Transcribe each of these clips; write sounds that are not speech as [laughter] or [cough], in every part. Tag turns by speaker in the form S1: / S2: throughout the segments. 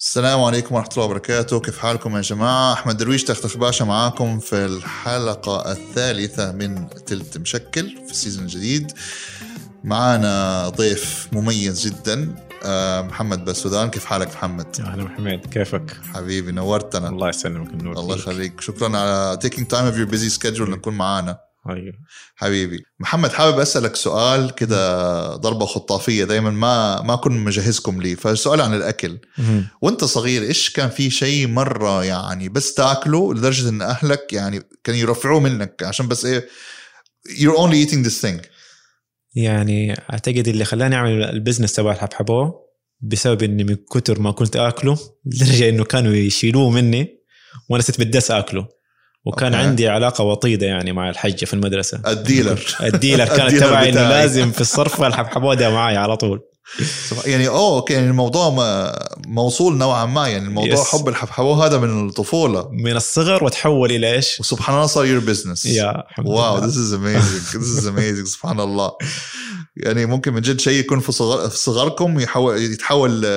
S1: السلام عليكم ورحمة الله وبركاته كيف حالكم يا جماعة أحمد درويش تختخ باشا معاكم في الحلقة الثالثة من تلت مشكل في السيزون الجديد معانا ضيف مميز جدا آه، محمد بسودان كيف حالك محمد
S2: يا اهلا محمد كيفك؟
S1: حبيبي نورتنا
S2: الله يسلمك النور
S1: الله
S2: فيك.
S1: يخليك شكرا على taking time of your busy schedule انك تكون معانا
S2: ايوه
S1: حبيبي محمد حابب اسالك سؤال كده ضربه خطافيه دايما ما ما كنت مجهزكم ليه فسؤال عن الاكل وانت صغير ايش كان في شيء مره يعني بس تاكله لدرجه ان اهلك يعني كانوا يرفعوه منك عشان بس ايه you're only eating this thing
S2: يعني اعتقد اللي خلاني اعمل البزنس تبع الحبحبوه بسبب اني من كتر ما كنت اكله لدرجه انه كانوا يشيلوه مني وانا صرت بدس اكله وكان
S1: أوكي.
S2: أوكي. عندي علاقه وطيده يعني مع الحجه في المدرسه
S1: الديلر
S2: [laughs] الديلر كانت
S1: الديلر
S2: تبعي انه
S1: بتاعي.
S2: لازم في الصرف الحبحبوه ده معي على طول
S1: سبح- يعني اوه اوكي يعني الموضوع ما موصول نوعا ما يعني الموضوع
S2: Yes.
S1: حب الحبحبوه هذا من الطفوله
S2: من الصغر وتحول الى ايش؟
S1: وسبحان الله صار your business
S2: يا الحمد
S1: واو
S2: لله.
S1: ذيس از اميزنج ذيس از اميزنج [laughs] سبحان الله يعني ممكن من جد شيء يكون في صغر في صغركم يحول يتحول uh,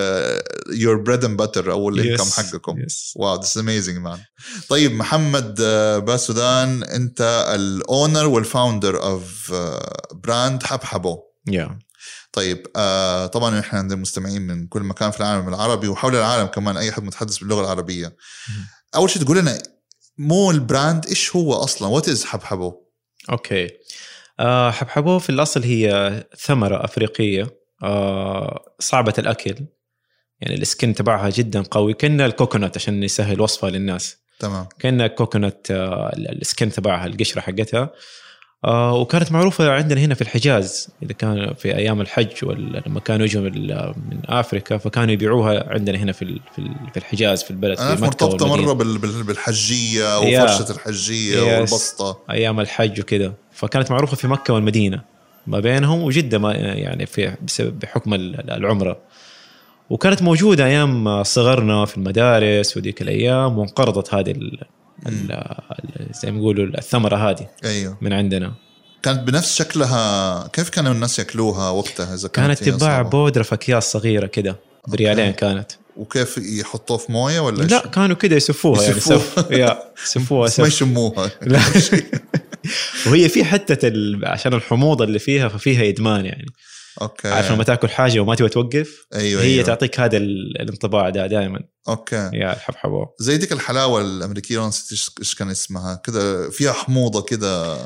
S1: يور بريد اند باتر او الانكم
S2: Yes.
S1: حقكم
S2: Yes.
S1: واو ذيس اميزنج مان طيب محمد آه، باسودان انت الاونر والفاوندر اوف براند آه، حبحبو
S2: يا
S1: طيب آه طبعا احنا عندنا مستمعين من كل مكان في العالم العربي وحول العالم كمان اي حد متحدث باللغه العربيه اول شيء تقول لنا مو البراند ايش هو اصلا وات از حبحبو
S2: اوكي آه، حبحبوه في الاصل هي ثمره افريقيه آه، صعبه الاكل يعني السكن تبعها جدا قوي كأنها الكوكونات عشان يسهل وصفها للناس
S1: تمام
S2: كأنها الكوكونات آه، السكن تبعها القشره حقتها آه، وكانت معروفه عندنا هنا في الحجاز اذا كان في ايام الحج ولا لما كانوا يجوا من من افريكا فكانوا يبيعوها عندنا هنا في ال- في ال- في الحجاز في البلد
S1: انا عارف
S2: في مكه
S1: مرتبطه
S2: والمدينه
S1: مره بال- بال- بالحجيه
S2: Yeah.
S1: وفرشه الحجيه
S2: Yes.
S1: والبسطه
S2: ايام الحج وكذا فكانت معروفه في مكه والمدينه ما بينهم وجده ما يعني في بسبب بحكم ال- العمره وكانت موجوده ايام صغرنا في المدارس وديك الايام وانقرضت هذه ال ال ال- زي ما يقولوا الثمره هذه
S1: ايوه
S2: من عندنا
S1: كانت بنفس شكلها كيف كانوا الناس ياكلوها وقتها اذا كانت
S2: كانت
S1: هي
S2: تتباع
S1: صعبة؟
S2: بودره في اكياس صغيره كذا بريالين كانت
S1: وكيف يحطوه في مويه ولا إيش؟
S2: لا كانوا كذا يسفوها يعني
S1: يسفوها.
S2: سف يا سفوها
S1: ما
S2: سف
S1: يشموها
S2: [laughs] لا. وهي في حتة ال- عشان الحموضه اللي فيها ففيها ادمان يعني
S1: اوكي
S2: عارف لما تاكل حاجه وما تبغى توقف
S1: ايوه
S2: هي
S1: آه. أيوة.
S2: تعطيك هذا ال- الانطباع ده دائما
S1: اوكي
S2: يا الحبحبه
S1: زي ديك الحلاوه الامريكيه أنا نسيت إيش- ايش كان اسمها كده فيها حموضه كده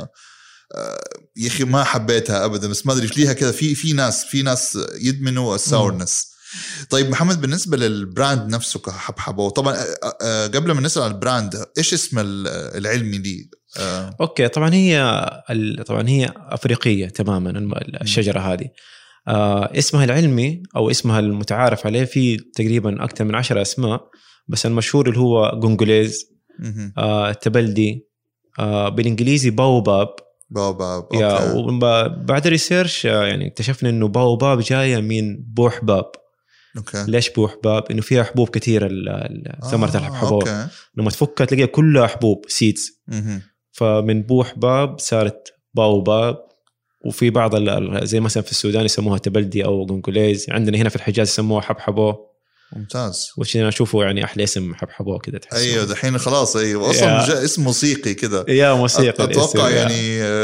S1: آه، يا اخي ما حبيتها ابدا بس ما ادري إيش ليها كده في في ناس في ناس يدمنوا الساورنس طيب محمد بالنسبه للبراند نفسه كحبحبه طبعا آه، آه، قبل ما نسال عن البراند ايش اسم ال- العلمي لي آه،
S2: اوكي طبعا هي ال- طبعا هي افريقيه تماما الم- الشجره هذه آه اسمها العلمي او اسمها المتعارف عليه في تقريبا اكثر من عشرة اسماء بس المشهور اللي هو جونجوليز
S1: مهم.
S2: آه تبلدي آه بالانجليزي باوباب
S1: بابا
S2: يا
S1: أوكي.
S2: وب- بعد الريسيرش آه، يعني اكتشفنا انه باوباب جايه من بوحباب
S1: اوكي
S2: ليش بوحباب؟ انه فيها حبوب كثيره ال- ال- ثمره
S1: آه،
S2: الحبحبوب
S1: اوكي
S2: لما تفكها تلاقيها كلها حبوب سيدز
S1: مهم.
S2: فمن بوحباب صارت باوباب وفي بعض ال- ال- زي مثلا في السودان يسموها تبلدي او قنقليز عندنا هنا في الحجاز يسموها حبحبو
S1: ممتاز
S2: وش انا اشوفه يعني احلى اسم حبحبو كذا تحس
S1: ايوه دحين خلاص ايوه اصلا
S2: يا.
S1: جاء اسم موسيقي كده
S2: يا موسيقى الاسم،
S1: اتوقع
S2: يا.
S1: يعني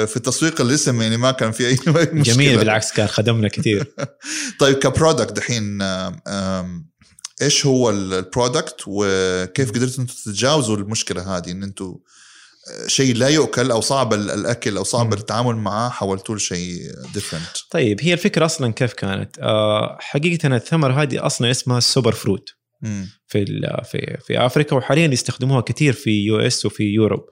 S1: في تسويق الاسم يعني ما كان [laughs] في اي مشكله
S2: جميل بالعكس كان خدمنا كثير
S1: طيب كبرودكت دحين آم، آم، ايش هو ال- البرودكت وكيف قدرتوا انتم تتجاوزوا المشكله هذه ان انتم شيء لا يؤكل او صعب ال- الاكل او صعب
S2: مم.
S1: التعامل معاه حولتوه لشيء ديفرنت
S2: [laughs] طيب هي الفكره اصلا كيف كانت؟ آه حقيقه الثمره هذه اصلا اسمها سوبر فروت في ال- في في افريقيا وحاليا يستخدموها كثير في يو اس وفي يوروب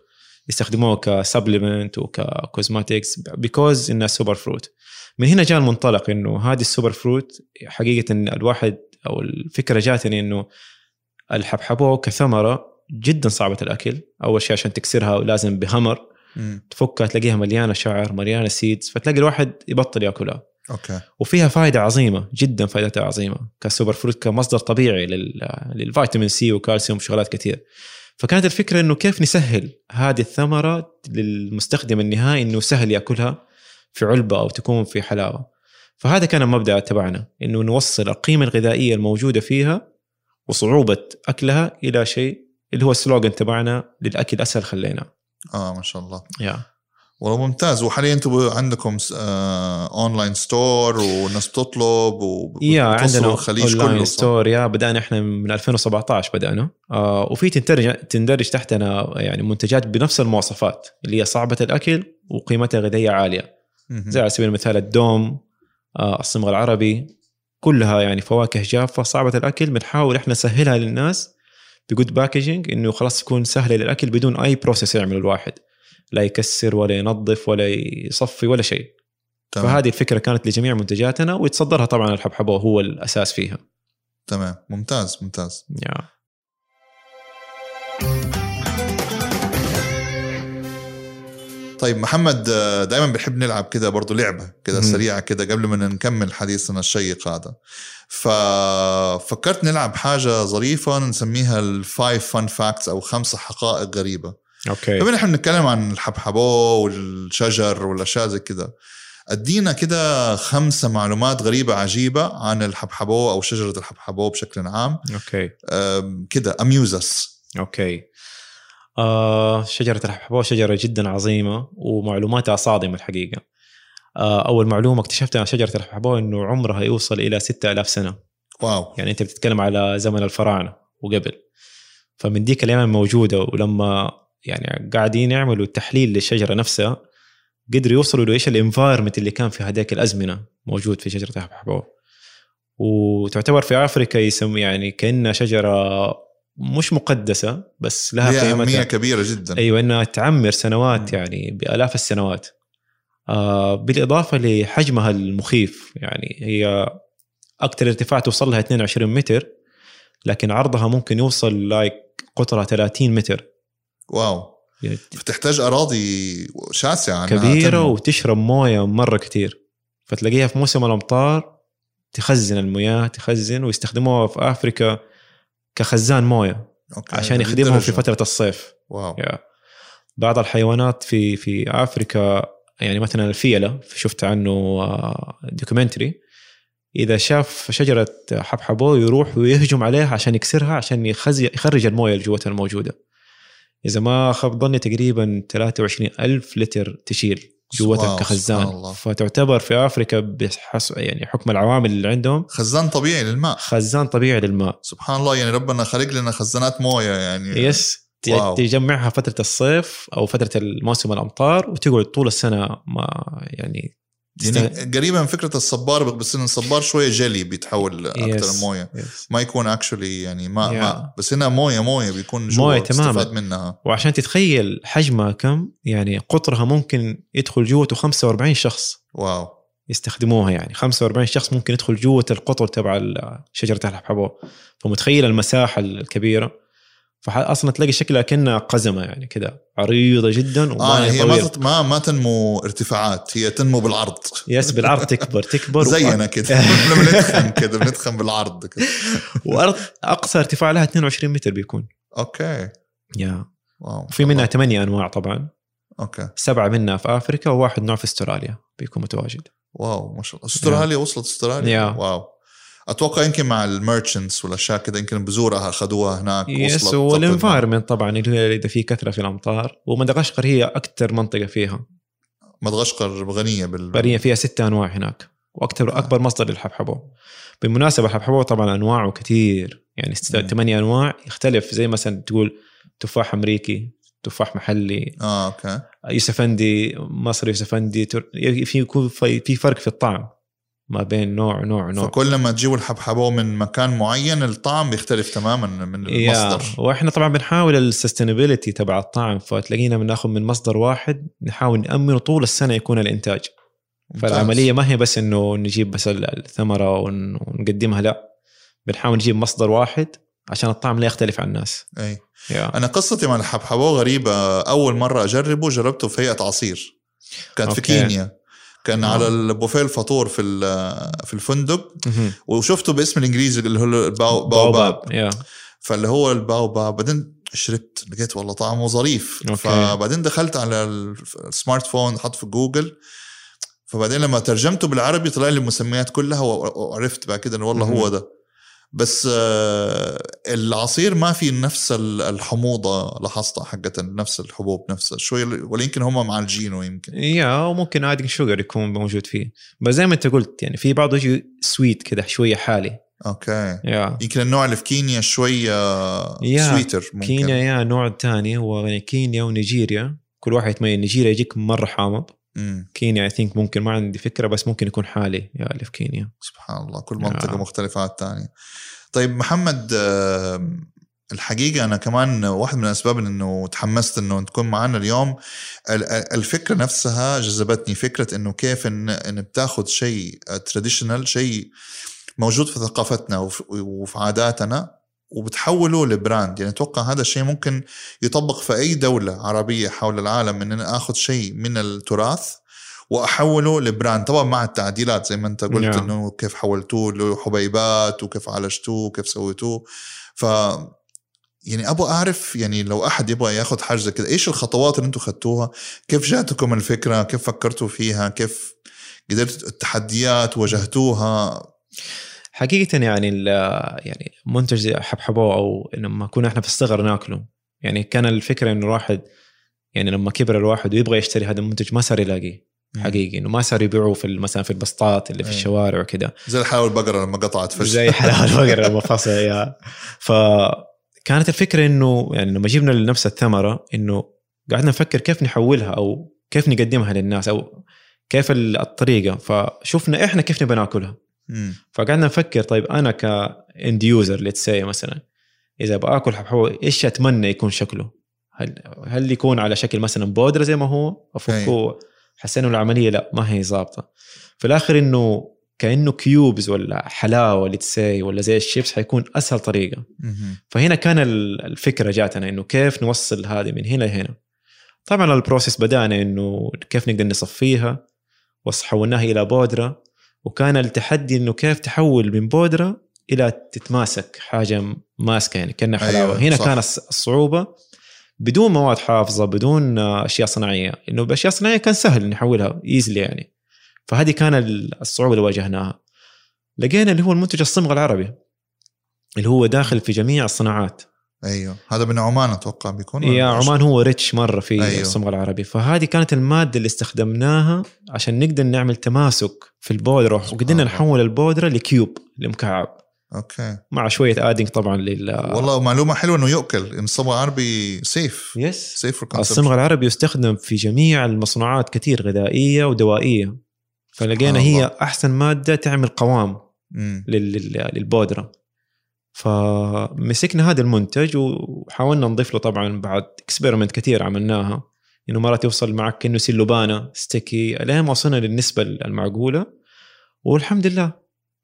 S2: يستخدموها كسبلمنت وككوزماتكس بيكوز انها سوبر فروت من هنا جاء المنطلق انه هذه السوبر فروت حقيقه إن الواحد او الفكره جاتني انه الحبحبوه كثمره جدا صعبه الاكل اول شيء عشان تكسرها لازم بهمر تفكها تلاقيها مليانه شعر مليانه سيدز فتلاقي الواحد يبطل ياكلها
S1: اوكي
S2: وفيها فائدة عظيمة جدا فائدتها عظيمة كسوبر فروت كمصدر طبيعي لل... للفيتامين سي وكالسيوم وشغلات كثير فكانت الفكرة انه كيف نسهل هذه الثمرة للمستخدم النهائي انه سهل ياكلها في علبة او تكون في حلاوة فهذا كان المبدأ تبعنا انه نوصل القيمة الغذائية الموجودة فيها وصعوبه اكلها الى شيء اللي هو السلوغن تبعنا للاكل اسهل خلينا
S1: اه ما شاء الله
S2: yeah.
S1: والله ممتاز وحاليا انتم عندكم س- آه، اونلاين ستور والناس بتطلب وب-
S2: يا
S1: وبتوصلوا
S2: إيه، عندنا
S1: الخليج كله
S2: اونلاين
S1: صح؟
S2: ستور يا بدانا احنا من 2017 بدانا آه وفي تندرج تندرج تحتنا يعني منتجات بنفس المواصفات اللي هي صعبه الاكل وقيمتها الغذائيه عاليه
S1: مهم.
S2: زي على سبيل المثال الدوم آه الصمغ العربي كلها يعني فواكه جافه صعبه الاكل بنحاول احنا نسهلها للناس بجود باكجينج انه خلاص تكون سهله للاكل بدون اي بروسيس يعمله الواحد لا يكسر ولا ينظف ولا يصفي ولا شيء
S1: تمام.
S2: فهذه الفكره كانت لجميع منتجاتنا ويتصدرها طبعا الحبحبوه هو الاساس فيها
S1: تمام ممتاز ممتاز
S2: يا.
S1: طيب محمد دائما بنحب نلعب كده برضو لعبه كده
S2: مم.
S1: سريعه كده قبل ما نكمل حديثنا الشيق هذا ففكرت نلعب حاجه ظريفه نسميها الفايف فان فاكتس او خمسه حقائق غريبه
S2: اوكي
S1: طبعا احنا بنتكلم عن الحبحبو والشجر والاشياء زي كده ادينا كده خمسه معلومات غريبه عجيبه عن الحبحبو او شجره الحبحبو بشكل عام
S2: اوكي
S1: أم، كده اميوزس
S2: اوكي آه شجره الحبحبوه شجره جدا عظيمه ومعلوماتها صادمه الحقيقه آه اول معلومه اكتشفتها عن شجره الحبحبوه انه عمرها يوصل الى 6000 سنه
S1: واو
S2: يعني انت بتتكلم على زمن الفراعنه وقبل فمن ديك الايام موجوده ولما يعني قاعدين يعملوا التحليل للشجره نفسها قدروا يوصلوا لايش الانفايرمنت اللي كان في هذيك الازمنه موجود في شجره الحبحبوه وتعتبر في افريقيا يسمي يعني كانها شجره مش مقدسه بس يعني لها
S1: لها اهميه
S2: قيمتها
S1: كبيره جدا
S2: ايوه انها تعمر سنوات
S1: مم.
S2: يعني بالاف السنوات آه بالاضافه لحجمها المخيف يعني هي اكثر ارتفاع توصل لها 22 متر لكن عرضها ممكن يوصل لايك قطرها 30 متر
S1: واو
S2: يعني
S1: بتحتاج اراضي شاسعه إنها
S2: كبيره
S1: تنمو.
S2: وتشرب مويه مره كتير فتلاقيها في موسم الامطار تخزن المياه تخزن ويستخدموها في افريكا كخزان مويه
S1: أوكي.
S2: عشان
S1: لهذه
S2: يخدمهم في
S1: الدرجة.
S2: فتره الصيف
S1: واو
S2: يا. بعض الحيوانات في في افريكا يعني مثلا الفيله شفت عنه آه، دوكيومنتري اذا شاف شجره حبحبو يروح ويهجم عليها عشان يكسرها عشان يخزي يخرج المويه اللي جواتها الموجوده اذا ما خاب ظني تقريبا 23 الف لتر تشيل جواتها
S1: واو، سبحان
S2: كخزان
S1: الله.
S2: فتعتبر في افريكا بحس يعني حكم العوامل اللي عندهم
S1: خزان طبيعي للماء
S2: خزان طبيعي للماء
S1: سبحان الله يعني ربنا خلق لنا خزانات مويه يعني
S2: يس ت-
S1: واو.
S2: تجمعها فتره الصيف او فتره الموسم الامطار وتقعد طول السنه ما يعني
S1: يعني قريبه من فكره الصبار بس ان الصبار شويه جلي بيتحول اكثر
S2: Yes.
S1: مويه
S2: يس.
S1: ما يكون اكشولي يعني ماء
S2: Yeah.
S1: ماء بس هنا مويه مويه بيكون جوا
S2: موية
S1: بتستفاد
S2: تماماً.
S1: منها
S2: وعشان تتخيل حجمها كم يعني قطرها ممكن يدخل جوته 45 شخص
S1: واو
S2: يستخدموها يعني 45 شخص ممكن يدخل جوه القطر تبع ال- شجره الحبحبوه فمتخيل المساحه الكبيره فاصلا تلاقي شكلها كانها قزمه يعني كده عريضه جدا
S1: اه يعني
S2: وماية
S1: هي ما,
S2: طويلة
S1: تط- ما ما تنمو ارتفاعات هي تنمو بالعرض
S2: يس بالعرض تكبر
S1: [laughs]
S2: تكبر
S1: زينا
S2: [laughs]
S1: كده لما نتخن كده بنتخن بالعرض كده
S2: وارض اقصى ارتفاع لها 22 متر بيكون
S1: اوكي
S2: يا
S1: واو
S2: في منها ثمانية انواع طبعا
S1: اوكي
S2: سبعه منها في افريكا وواحد نوع في استراليا بيكون متواجد
S1: واو ما شاء الله استراليا وصلت استراليا
S2: Yeah.
S1: واو اتوقع يمكن مع الميرشنتس والاشياء كده يمكن بزورها اخذوها هناك
S2: يس
S1: وصلت وصلت
S2: والانفايرمنت طبعا اللي هي اذا في كثره في الامطار ومدغشقر هي اكثر منطقه فيها
S1: مدغشقر غنيه بال
S2: بريه فيها ستة انواع هناك واكثر اكبر مصدر للحبحبو بالمناسبه الحبحبو طبعا انواعه كثير يعني ست-
S1: مم.
S2: ثمانية انواع يختلف زي مثلا تقول تفاح امريكي تفاح محلي
S1: اه اوكي
S2: يوسفندي مصري يوسفندي تر... يعني في يكون في في فرق في الطعم ما بين نوع نوع نوع
S1: فكل ما تجيبوا الحبحبو من مكان معين الطعم بيختلف تماما من المصدر
S2: Yeah. واحنا طبعا بنحاول السستينابيلتي تبع الطعم فتلاقينا بناخذ من مصدر واحد نحاول نامنه طول السنه يكون الانتاج
S1: ممتاز.
S2: فالعمليه ما هي بس انه نجيب بس ال- الثمره ون- ونقدمها لا بنحاول نجيب مصدر واحد عشان الطعم لا يختلف عن الناس
S1: اي
S2: yeah.
S1: انا إيه. قصتي مع الحبحبو غريبه اول مره اجربه جربته في هيئه عصير كانت في
S2: أوكي.
S1: كينيا كان
S2: آه.
S1: على البوفيه الفطور في ال- في الفندق وشفته باسم الانجليزي اللي هو الباو- باوباب
S2: yeah.
S1: فاللي هو الباوباب بعدين شربت لقيت والله طعمه ظريف
S2: أوكي.
S1: فبعدين دخلت على ال- السمارت فون حط في جوجل فبعدين لما ترجمته بالعربي طلع لي المسميات كلها و- وعرفت بعد كده انه والله
S2: مهم.
S1: هو ده بس آه، العصير ما في نفس ال- الحموضه لاحظتها حقت نفس الحبوب نفسها شوي ولا يمكن هم معالجينه يمكن
S2: يا وممكن عادي شوجر يكون موجود فيه بس زي ما انت قلت يعني في بعضه يجي سويت كذا شويه حالي
S1: اوكي
S2: يا
S1: يمكن النوع اللي في كينيا شوي
S2: يا،
S1: سويتر ممكن
S2: كينيا يا نوع تاني هو يعني كينيا ونيجيريا كل واحد يتميز نيجيريا يجيك مره حامض
S1: مم.
S2: كينيا اي ثينك ممكن ما عندي فكره بس ممكن يكون حالي يا اللي في كينيا
S1: سبحان الله كل منطقه
S2: آه.
S1: مختلفه عن الثانيه طيب محمد آم، الحقيقه انا كمان واحد من الاسباب انه تحمست انه تكون معنا اليوم ال- ال- الفكره نفسها جذبتني فكره انه كيف ان ان بتاخذ شيء تراديشنال شيء موجود في ثقافتنا وف- وفي عاداتنا وبتحوله لبراند يعني اتوقع هذا الشيء ممكن يطبق في اي دوله عربيه حول العالم ان انا اخذ شيء من التراث واحوله لبراند طبعا مع التعديلات زي ما انت قلت
S2: نعم.
S1: انه كيف حولتوه لحبيبات وكيف عالجتوه وكيف سويتوه ف يعني ابغى اعرف يعني لو احد يبغى ياخذ حاجه زي كذا ايش الخطوات اللي انتم خدتوها كيف جاتكم الفكره كيف فكرتوا فيها كيف قدرت التحديات واجهتوها
S2: حقيقه يعني ال- يعني منتج زي حبحبوه او لما كنا احنا في الصغر ناكله يعني كان الفكره انه الواحد يعني لما كبر الواحد ويبغى يشتري هذا المنتج ما صار يلاقيه حقيقي انه ما صار يبيعوه في مثلا في البسطات اللي في
S1: أي.
S2: الشوارع وكذا
S1: زي الحلاوه البقره لما قطعت فجاه [laughs]
S2: زي حلاوه الفقر لما فصل يا فكانت الفكره انه يعني لما جبنا لنفس الثمره انه قعدنا نفكر كيف نحولها او كيف نقدمها للناس او كيف ال- الطريقه فشفنا احنا كيف نبي ناكلها
S1: مم.
S2: فقعدنا نفكر طيب انا كاند يوزر ليتس مثلا اذا باكل حبحوه ايش اتمنى يكون شكله؟ هل هل يكون على شكل مثلا بودره زي ما هو افكه حسينا إنه العمليه لا ما هي ظابطه في الاخر انه كانه كيوبز ولا حلاوه ليتس ولا زي الشيبس حيكون اسهل طريقه
S1: مم.
S2: فهنا كان ال- الفكره جاتنا انه كيف نوصل هذه من هنا لهنا طبعا البروسيس بدانا انه كيف نقدر نصفيها وص- حولناها الى بودره وكان التحدي انه كيف تحول من بودره الى تتماسك حاجه م- ماسكه يعني كانها
S1: أيوة،
S2: حلاوه هنا
S1: صح.
S2: كانت الص- الصعوبه بدون مواد حافظه بدون آه، اشياء صناعيه انه باشياء صناعيه كان سهل نحولها ايزلي يعني فهذه كان ال- الصعوبه اللي واجهناها لقينا اللي هو المنتج الصمغ العربي اللي هو داخل في جميع الصناعات
S1: ايوه هذا من عمان اتوقع بيكون
S2: يا
S1: ولا مش-
S2: عمان هو ريتش مره في
S1: أيوه.
S2: أيوه. الصمغ العربي فهذه كانت الماده اللي استخدمناها عشان نقدر نعمل تماسك في البودره
S1: سبحان
S2: وقدرنا
S1: الله.
S2: نحول البودره لكيوب لمكعب
S1: اوكي
S2: مع شويه ادنج طبعا لل
S1: والله معلومه حلوه انه يؤكل إن الصبغه عربي سيف
S2: يس
S1: سيف for consumption.
S2: الصمغ العربي يستخدم في جميع المصنوعات كثير غذائيه ودوائيه
S1: سبحان
S2: فلقينا هي
S1: الله.
S2: احسن ماده تعمل قوام
S1: مم.
S2: لل- لل- للبودره فمسكنا هذا المنتج وحاولنا نضيف له طبعا بعد اكسبيرمنت كثير عملناها انه مرات يوصل معك كانه سلوبانه ستيكي لين ما وصلنا للنسبه المعقوله والحمد لله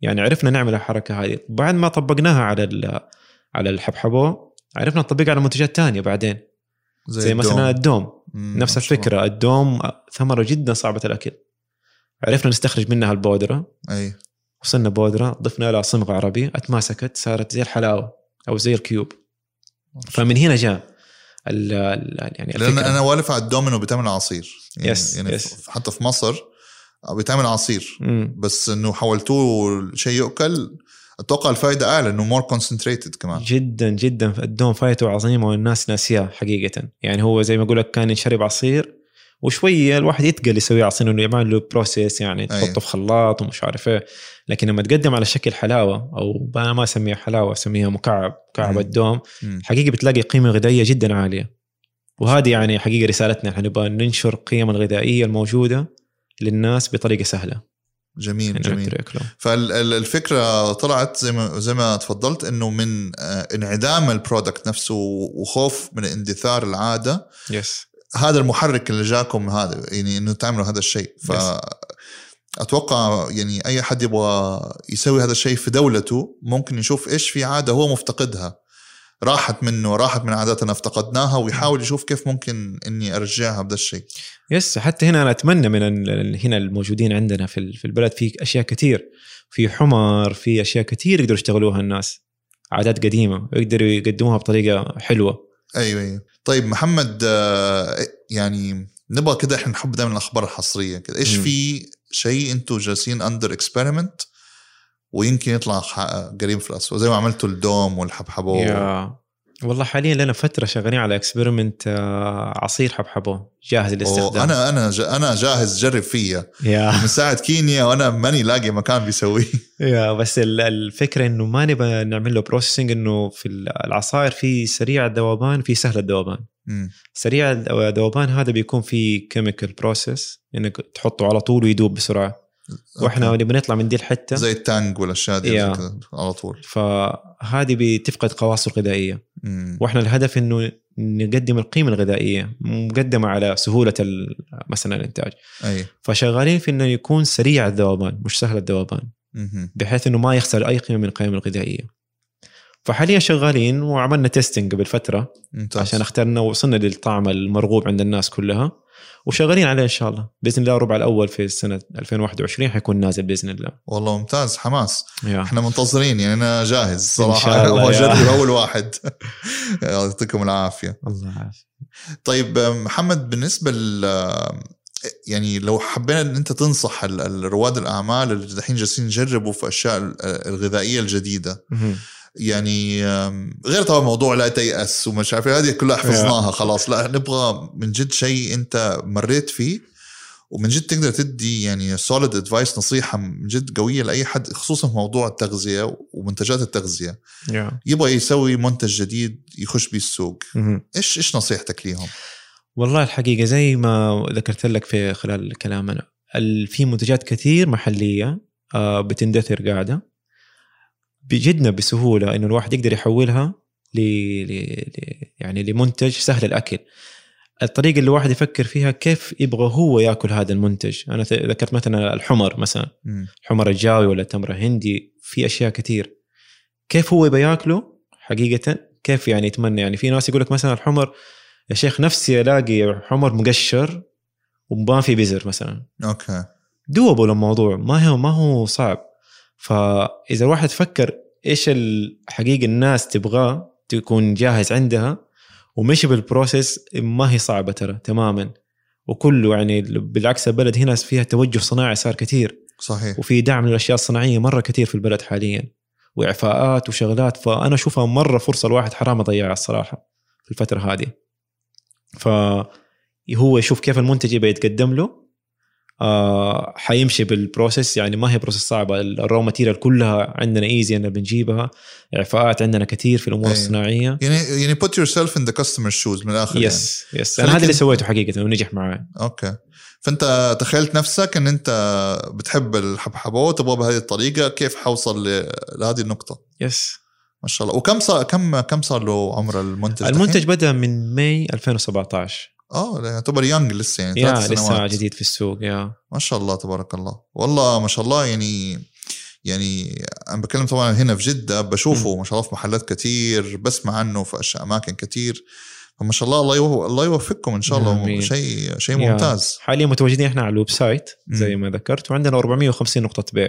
S2: يعني عرفنا نعمل الحركه هذه بعد ما طبقناها على ال- على الحبحبو عرفنا نطبقها على منتجات تانية بعدين زي, زي
S1: الدوم.
S2: مثلا الدوم
S1: مم.
S2: نفس
S1: ما شاء الله.
S2: الفكره الدوم ثمره جدا صعبه الاكل عرفنا نستخرج منها البودره
S1: اي
S2: وصلنا بودره ضفنا لها صمغ عربي اتماسكت صارت زي الحلاوه او زي الكيوب فمن هنا جاء ال ال يعني
S1: لان
S2: الفكرة.
S1: انا والف على الدومينو بتعمل عصير يعني,
S2: يس،
S1: يعني
S2: يس.
S1: ف- حتى في مصر بتعمل عصير
S2: مم.
S1: بس انه حولتوه شيء يؤكل اتوقع الفائده اعلى انه مور كونسنتريتد كمان
S2: جدا جدا الدوم فايته عظيمه والناس ناسياه حقيقه يعني هو زي ما اقول لك كان ينشرب عصير وشويه الواحد يتقل يسوي عصير انه يعمل له بروسيس يعني
S1: أيوة.
S2: تحطه في خلاط ومش عارف ايه لكن لما تقدم على شكل حلاوه او انا ما اسميها حلاوه اسميها مكعب مكعب
S1: مم.
S2: الدوم
S1: مم.
S2: حقيقة بتلاقي قيمة غذائية جدا عالية وهذه يعني حقيقة رسالتنا احنا نبغى ننشر القيم الغذائية الموجودة للناس بطريقة سهلة يعني
S1: جميل
S2: إنه
S1: جميل
S2: يقدروا ياكلوها
S1: فالفكره طلعت زي ما زي ما تفضلت انه من آه، انعدام البرودكت نفسه وخوف من اندثار العاده
S2: يس
S1: هذا المحرك اللي جاكم هذا يعني انه تعملوا هذا الشيء ف اتوقع يعني اي حد يبغى يسوي هذا الشيء في دولته ممكن يشوف ايش في عاده هو مفتقدها راحت منه راحت من عاداتنا افتقدناها ويحاول يشوف كيف ممكن اني ارجعها بهذا الشيء
S2: يس حتى هنا انا اتمنى من ال- ال- هنا الموجودين عندنا في ال- في البلد في اشياء كثير في حمر في اشياء كثير يقدروا يشتغلوها الناس عادات قديمة ويقدروا يقدموها بطريقة حلوة
S1: ايوه ايوه طيب محمد آه، يعني نبغى كده احنا نحب دائما الاخبار الحصريه كده ايش
S2: مم.
S1: في شيء انتم جالسين اندر اكسبيرمنت ويمكن يطلع قريب في الاسواق زي ما عملتوا الدوم والحبحبو
S2: يا. والله حاليا لنا فتره شغالين على اكسبيرمنت عصير حبحبو جاهز للاستخدام
S1: انا انا ج- انا جاهز جرب فيه
S2: [laughs] يا
S1: من ساعه كينيا وانا ماني لاقي مكان بيسويه [laughs]
S2: يا بس ال- الفكره انه ما نبغى نعمل له بروسيسنج انه في ال- العصاير في سريع الذوبان في سهل الذوبان
S1: مم.
S2: سريع الذوبان هذا بيكون في كيميكال بروسيس انك تحطه على طول ويدوب بسرعه واحنا
S1: أوكي.
S2: نبغى نطلع من دي الحته
S1: زي التانج والاشياء دي
S2: يا.
S1: كده على طول
S2: فهذه بتفقد قواصل غذائيه
S1: مم.
S2: واحنا الهدف انه نقدم القيمه الغذائيه مقدمه على سهوله ال- مثلا الانتاج
S1: اي
S2: فشغالين في انه يكون سريع الذوبان مش سهل الذوبان
S1: مهم.
S2: بحيث انه ما يخسر اي قيمه من القيم الغذائيه فحاليا شغالين وعملنا تيستنج قبل فتره
S1: ممتاز
S2: عشان اخترنا وصلنا للطعم المرغوب عند الناس كلها وشغالين عليه ان شاء الله باذن الله الربع الاول في سنه 2021 حيكون نازل باذن الله
S1: والله ممتاز حماس
S2: يا.
S1: احنا منتظرين يعني انا جاهز صراحه
S2: آه. شاء
S1: انا
S2: الله
S1: ابغى
S2: يا.
S1: اجرب اول واحد [laughs] يعطيكم العافيه
S2: الله عافية.
S1: طيب محمد بالنسبه ل يعني لو حبينا ان انت تنصح ال- ال- رواد الاعمال اللي دحين جالسين يجربوا في اشياء ال- آه، الغذائيه الجديده
S2: مهم.
S1: يعني أم، غير طبعا موضوع لا تيأس ومش عارف إيه، هذه كلها حفظناها خلاص لا نبغى من جد شيء انت مريت فيه ومن جد تقدر تدي يعني سوليد ادفايس نصيحه من جد قويه لاي حد خصوصا في موضوع التغذيه ومنتجات التغذيه
S2: يا.
S1: يبغى يسوي منتج جديد يخش بيه السوق
S2: مهم.
S1: ايش ايش نصيحتك ليهم؟
S2: والله الحقيقه زي ما ذكرت لك في خلال كلامنا ال- في منتجات كثير محليه آه، بتندثر قاعده بجدنا بسهوله انه الواحد يقدر يحولها ل... ل... ل... يعني لمنتج سهل الاكل الطريقه اللي الواحد يفكر فيها كيف يبغى هو ياكل هذا المنتج انا ث- ذكرت مثلا الحمر مثلا
S1: مم.
S2: الحمر الجاوي ولا التمر الهندي في اشياء كثير كيف هو يبغى ياكله حقيقه كيف يعني يتمنى يعني في ناس يقول لك مثلا الحمر يا شيخ نفسي الاقي حمر مقشر وما في بزر مثلا
S1: اوكي
S2: دوبل الموضوع ما هو ما هو صعب فاذا الواحد فكر ايش الحقيقه الناس تبغاه تكون جاهز عندها ومشي بالبروسيس ما هي صعبه ترى تماما وكله يعني بالعكس البلد هنا فيها توجه صناعي صار كثير
S1: صحيح
S2: وفي دعم للاشياء الصناعيه مره كثير في البلد حاليا واعفاءات وشغلات فانا اشوفها مره فرصه الواحد حرام يضيعها الصراحه في الفتره هذه ف هو يشوف كيف المنتج يبي يتقدم له آه حيمشي بالبروسيس يعني ما هي بروسيس صعبه الرو ماتيريال كلها عندنا ايزي ان بنجيبها اعفاءات عندنا كثير في الامور
S1: أيوة.
S2: الصناعيه
S1: يعني يعني put yourself in the customer shoes من الاخر يعني.
S2: يس يس انا
S1: خليك
S2: هذا اللي
S1: أنت-
S2: سويته حقيقه ونجح معي
S1: اوكي فانت تخيلت نفسك ان انت بتحب الحبحبه وتبغى بهذه الطريقه كيف حوصل ل- لهذه النقطه
S2: يس
S1: ما شاء الله وكم صار كم كم صار له عمر المنتج دحين؟
S2: المنتج بدا من ماي 2017
S1: اه لا، يعتبر يونج لسه يعني
S2: يا
S1: ثلاث
S2: لسه
S1: سنوات
S2: جديد في السوق يا
S1: ما شاء الله تبارك الله والله ما شاء الله يعني يعني انا بتكلم طبعا هنا في جده بشوفه ما شاء الله في محلات كتير بسمع عنه في أش- اماكن كتير فما شاء الله الله يو- الله يوفقكم ان شاء الله
S2: آمين.
S1: شيء شيء
S2: يا.
S1: ممتاز
S2: حاليا متواجدين احنا على الويب سايت زي
S1: مم.
S2: ما ذكرت وعندنا 450 نقطه بيع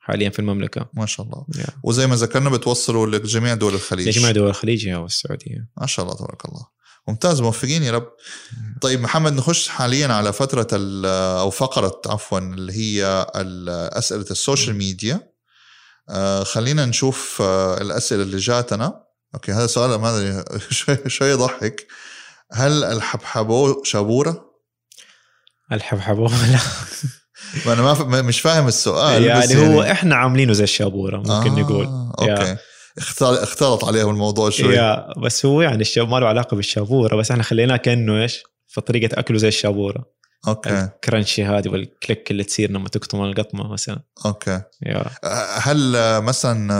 S2: حاليا في المملكه
S1: ما شاء الله
S2: يا.
S1: وزي ما ذكرنا بتوصلوا لجميع دول الخليج
S2: جميع دول الخليج يا والسعوديه
S1: ما شاء الله تبارك الله ممتاز موفقين يا رب طيب محمد نخش حاليا على فترة ال- أو فقرة عفوا اللي هي ال- أسئلة السوشيال ميديا آه خلينا نشوف آه الأسئلة اللي جاتنا أوكي هذا سؤال ما أدري [laughs] شوي- شوي يضحك هل الحبحبو شابورة؟
S2: الحبحبه [laughs] لا
S1: ما أنا ما ف... ما- مش فاهم السؤال بس
S2: يعني هو احنا عاملينه زي الشابوره ممكن آه نقول
S1: أوكي اختل- اختلط عليهم الموضوع شوي
S2: يا بس هو يعني الشاب ما له علاقه بالشابوره بس احنا خليناه كانه ايش في طريقه اكله زي الشابوره آه.
S1: أوكي
S2: الكرنشي هذه والكليك اللي تصير لما تقطم القطمه مثلا
S1: أوكي
S2: يا
S1: هل مثلا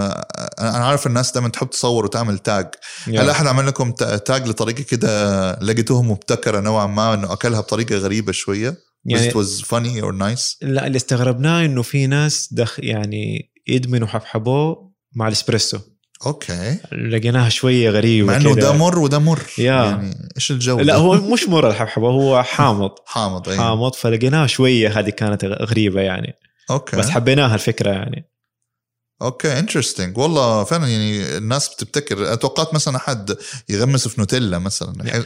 S1: انا عارف الناس دائما تحب تصور وتعمل تاج
S2: يا.
S1: هل احد عمل لكم تا- تاج لطريقه كده لقيتوها مبتكره نوعا ما انه اكلها بطريقه غريبه شويه يعني
S2: يعني
S1: it was funny or nice
S2: لا اللي استغربناه انه في ناس دخ يعني يدمنوا حبحبوه مع الاسبريسو
S1: اوكي
S2: لقيناها شويه غريبه
S1: مع انه
S2: كده.
S1: ده مر وده مر
S2: يا.
S1: يعني ايش الجو
S2: لا
S1: ده؟
S2: هو مش مر الحبحبه هو حامض
S1: حامض اي
S2: حامض فلقيناها شويه هذه كانت غ- غريبه يعني
S1: اوكي
S2: بس حبيناها الفكره يعني
S1: اوكي انترستنج والله فعلا يعني الناس بتبتكر أنا توقعت مثلا احد يغمس في نوتيلا مثلا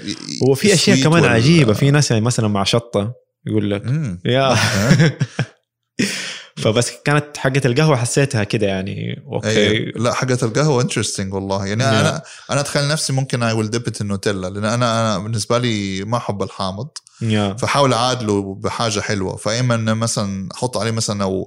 S2: هو في اشياء
S1: السويت
S2: كمان
S1: وال- [laughs]
S2: عجيبه في ناس يعني مثلا مع شطه يقول لك
S1: مم.
S2: يا
S1: أوكي.
S2: فبس كانت حقه القهوه حسيتها كده يعني
S1: أي
S2: اوكي
S1: لا حقت القهوه انترستنج والله يعني
S2: نعم.
S1: انا انا اتخيل نفسي ممكن اي ويل ديب نوتيلا لان انا انا بالنسبه لي ما احب الحامض
S2: يا
S1: فحاول اعادله بحاجه حلوه فاما ان مثلا احط عليه مثلا او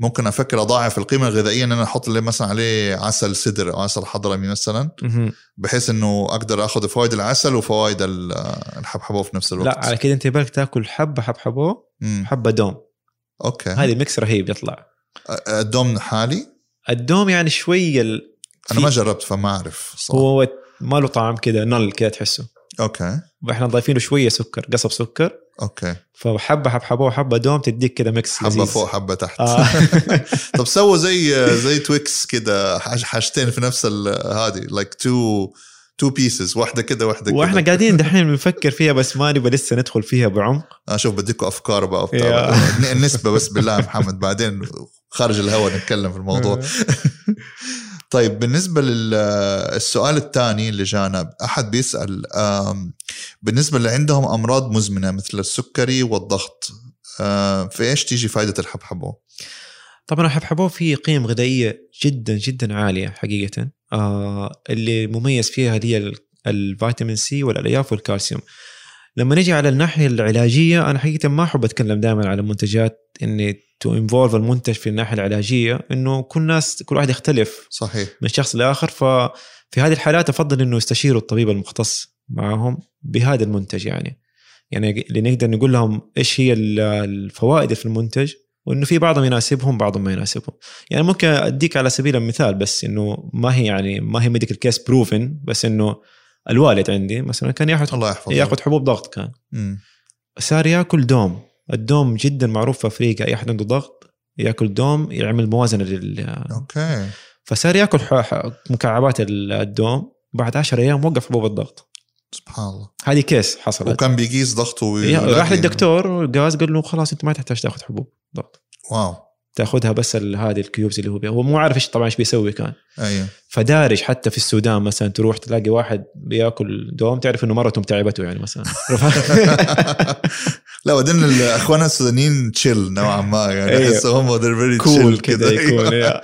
S1: ممكن افكر اضاعف القيمه الغذائيه ان انا احط ليه مثلا عليه عسل سدر او عسل حضرمي مثلا
S2: مهم.
S1: بحيث انه اقدر اخذ فوائد العسل وفوائد ال- الحبحبه في نفس الوقت
S2: لا على كده انت بالك تاكل حبه حبحبوه
S1: مم.
S2: حبه دوم
S1: اوكي
S2: هذه ميكس رهيب يطلع
S1: الدوم حالي
S2: الدوم يعني شوي ال...
S1: انا
S2: في-
S1: ما جربت فما اعرف صح
S2: هو هو ما له طعم كده نل كده تحسه
S1: اوكي
S2: واحنا ضايفين له شويه سكر قصب سكر
S1: اوكي
S2: فحبه حبحبوه حبه دوم تديك كده ميكس
S1: حبه
S2: لذيذ.
S1: فوق حبه تحت [laughs]
S2: آه. [laughs]
S1: طب سووا زي زي تويكس كده حاج- حاجتين في نفس ال- هذه لايك تو تو بيسز واحده كده واحده كده
S2: واحنا قاعدين دحين بنفكر فيها بس ما نبغى لسه ندخل فيها بعمق
S1: انا اشوف آه، بديكوا افكار بقى وبتاع.
S2: يا.
S1: [laughs] ن- النسبه بس بالله يا محمد بعدين خارج الهواء نتكلم في
S2: آه. [laughs]
S1: الموضوع طيب بالنسبه للسؤال الثاني اللي جانا احد بيسال آم، بالنسبه اللي عندهم امراض مزمنه مثل السكري والضغط آم، في ايش تيجي فائده الحبحبه؟
S2: طبعا الحبحبوه فيه قيم غذائيه جدا جدا عاليه حقيقه آه اللي مميز فيها اللي هي ال- الفيتامين سي والالياف والكالسيوم لما نجي على الناحيه العلاجيه انا حقيقه ما احب اتكلم دائما على منتجات اني تو انفولف المنتج في الناحيه العلاجيه انه كل ناس كل واحد يختلف
S1: صحيح
S2: من شخص لاخر ففي هذه الحالات افضل انه يستشيروا الطبيب المختص معهم بهذا المنتج يعني يعني اللي نقدر نقول لهم ايش هي ال- الفوائد في المنتج وانه في بعضهم يناسبهم بعضهم ما يناسبهم يعني ممكن اديك على سبيل المثال بس انه ما هي يعني ما هي ميديكال كيس بروفن بس انه الوالد عندي مثلا كان ياخذ
S1: الله يحفظه
S2: ياخذ حبوب ضغط كان
S1: مم.
S2: صار ياكل دوم الدوم جدا معروف في افريقيا اي احد عنده ضغط ياكل دوم يعمل موازنه لل
S1: اوكي
S2: فصار ياكل ح- ح- مكعبات ال- الدوم بعد 10 ايام وقف حبوب الضغط
S1: سبحان الله
S2: هذه كيس حصلت
S1: وكان يعني. بيقيس ضغطه
S2: يا-
S1: ويلاقي
S2: راح
S1: إنه-
S2: للدكتور قاس قال له خلاص انت ما تحتاج تاخذ حبوب ضغط
S1: واو
S2: تاخذها بس ال- هذه الكيوبز اللي هو بيها. هو مو عارف ايش طبعا ايش بيسوي كان
S1: ايوه
S2: فدارج حتى في السودان مثلا تروح تلاقي واحد بياكل دوم تعرف انه مرته متعبته يعني مثلا
S1: لا بعدين
S2: [laughs]
S1: الاخوان السودانيين تشيل نوعا ما يعني
S2: أيوة.
S1: احس هم they're [laughs] very
S2: كول
S1: chill
S2: كذا يكون
S1: [laughs] أيوة.
S2: يا.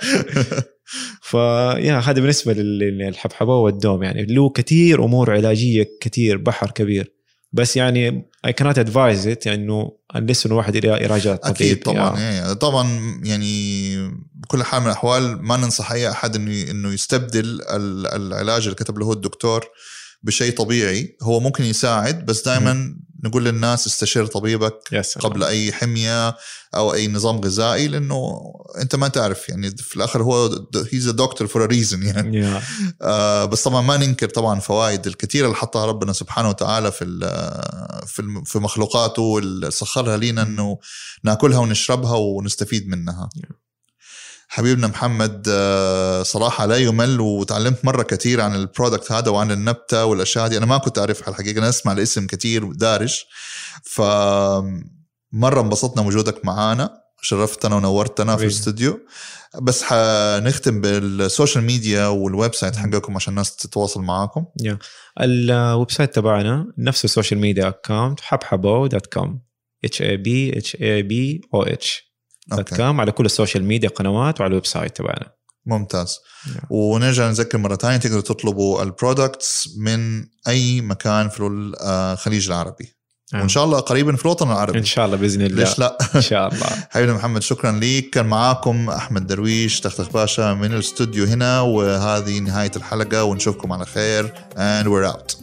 S2: فيا هذا بالنسبه لل- للحبحبه والدوم يعني له كثير امور علاجيه كثير بحر كبير بس يعني اي كانت ادفايز ات انه لسه انه الواحد يرا- يراجع الطبيب
S1: اكيد طبعا
S2: يا.
S1: يعني طبعا يعني بكل حال من الاحوال ما ننصح اي احد انه انه يستبدل ال- العلاج اللي كتب له هو الدكتور بشيء طبيعي هو ممكن يساعد بس دائما نقول للناس استشير طبيبك
S2: يا سلام.
S1: قبل اي حميه او اي نظام غذائي لانه انت ما تعرف يعني في الاخر هو هيز ا دكتور فور ا ريزن يعني
S2: يا.
S1: آه بس طبعا ما ننكر طبعا فوائد الكثيره اللي حطها ربنا سبحانه وتعالى في ال- آه، في الم- في مخلوقاته واللي سخرها لينا انه ناكلها ونشربها ونستفيد منها. حبيبنا محمد آه، صراحة لا يمل وتعلمت مرة كثير عن البرودكت هذا وعن النبتة والأشياء هذه أنا ما كنت أعرفها الحقيقة أنا أسمع الاسم كثير ودارج ف مرة انبسطنا وجودك معانا شرفتنا ونورتنا في
S2: حبيبي.
S1: الاستوديو بس حنختم بالسوشيال ميديا والويب سايت حقكم عشان الناس تتواصل معاكم
S2: الويب سايت تبعنا نفسه السوشيال ميديا اكونت حبحبو دوت كوم اتش اي بي اتش اي بي او اتش دوت
S1: أوكي.
S2: كوم على كل السوشيال ميديا قنوات وعلى الويب سايت تبعنا
S1: ممتاز
S2: نعم.
S1: ونرجع نذكر مرة ثانية تقدروا تطلبوا البرودكتس من أي مكان في الخليج العربي وإن شاء الله قريبا في الوطن
S2: ان
S1: العربي
S2: شاء الله باذن الله
S1: طيب. ليش لا [laughs]
S2: ان شاء الله
S1: حبيبنا محمد شكرا ليك كان معاكم احمد درويش تختخ باشا من الاستوديو هنا وهذه نهايه الحلقه ونشوفكم على خير and we're out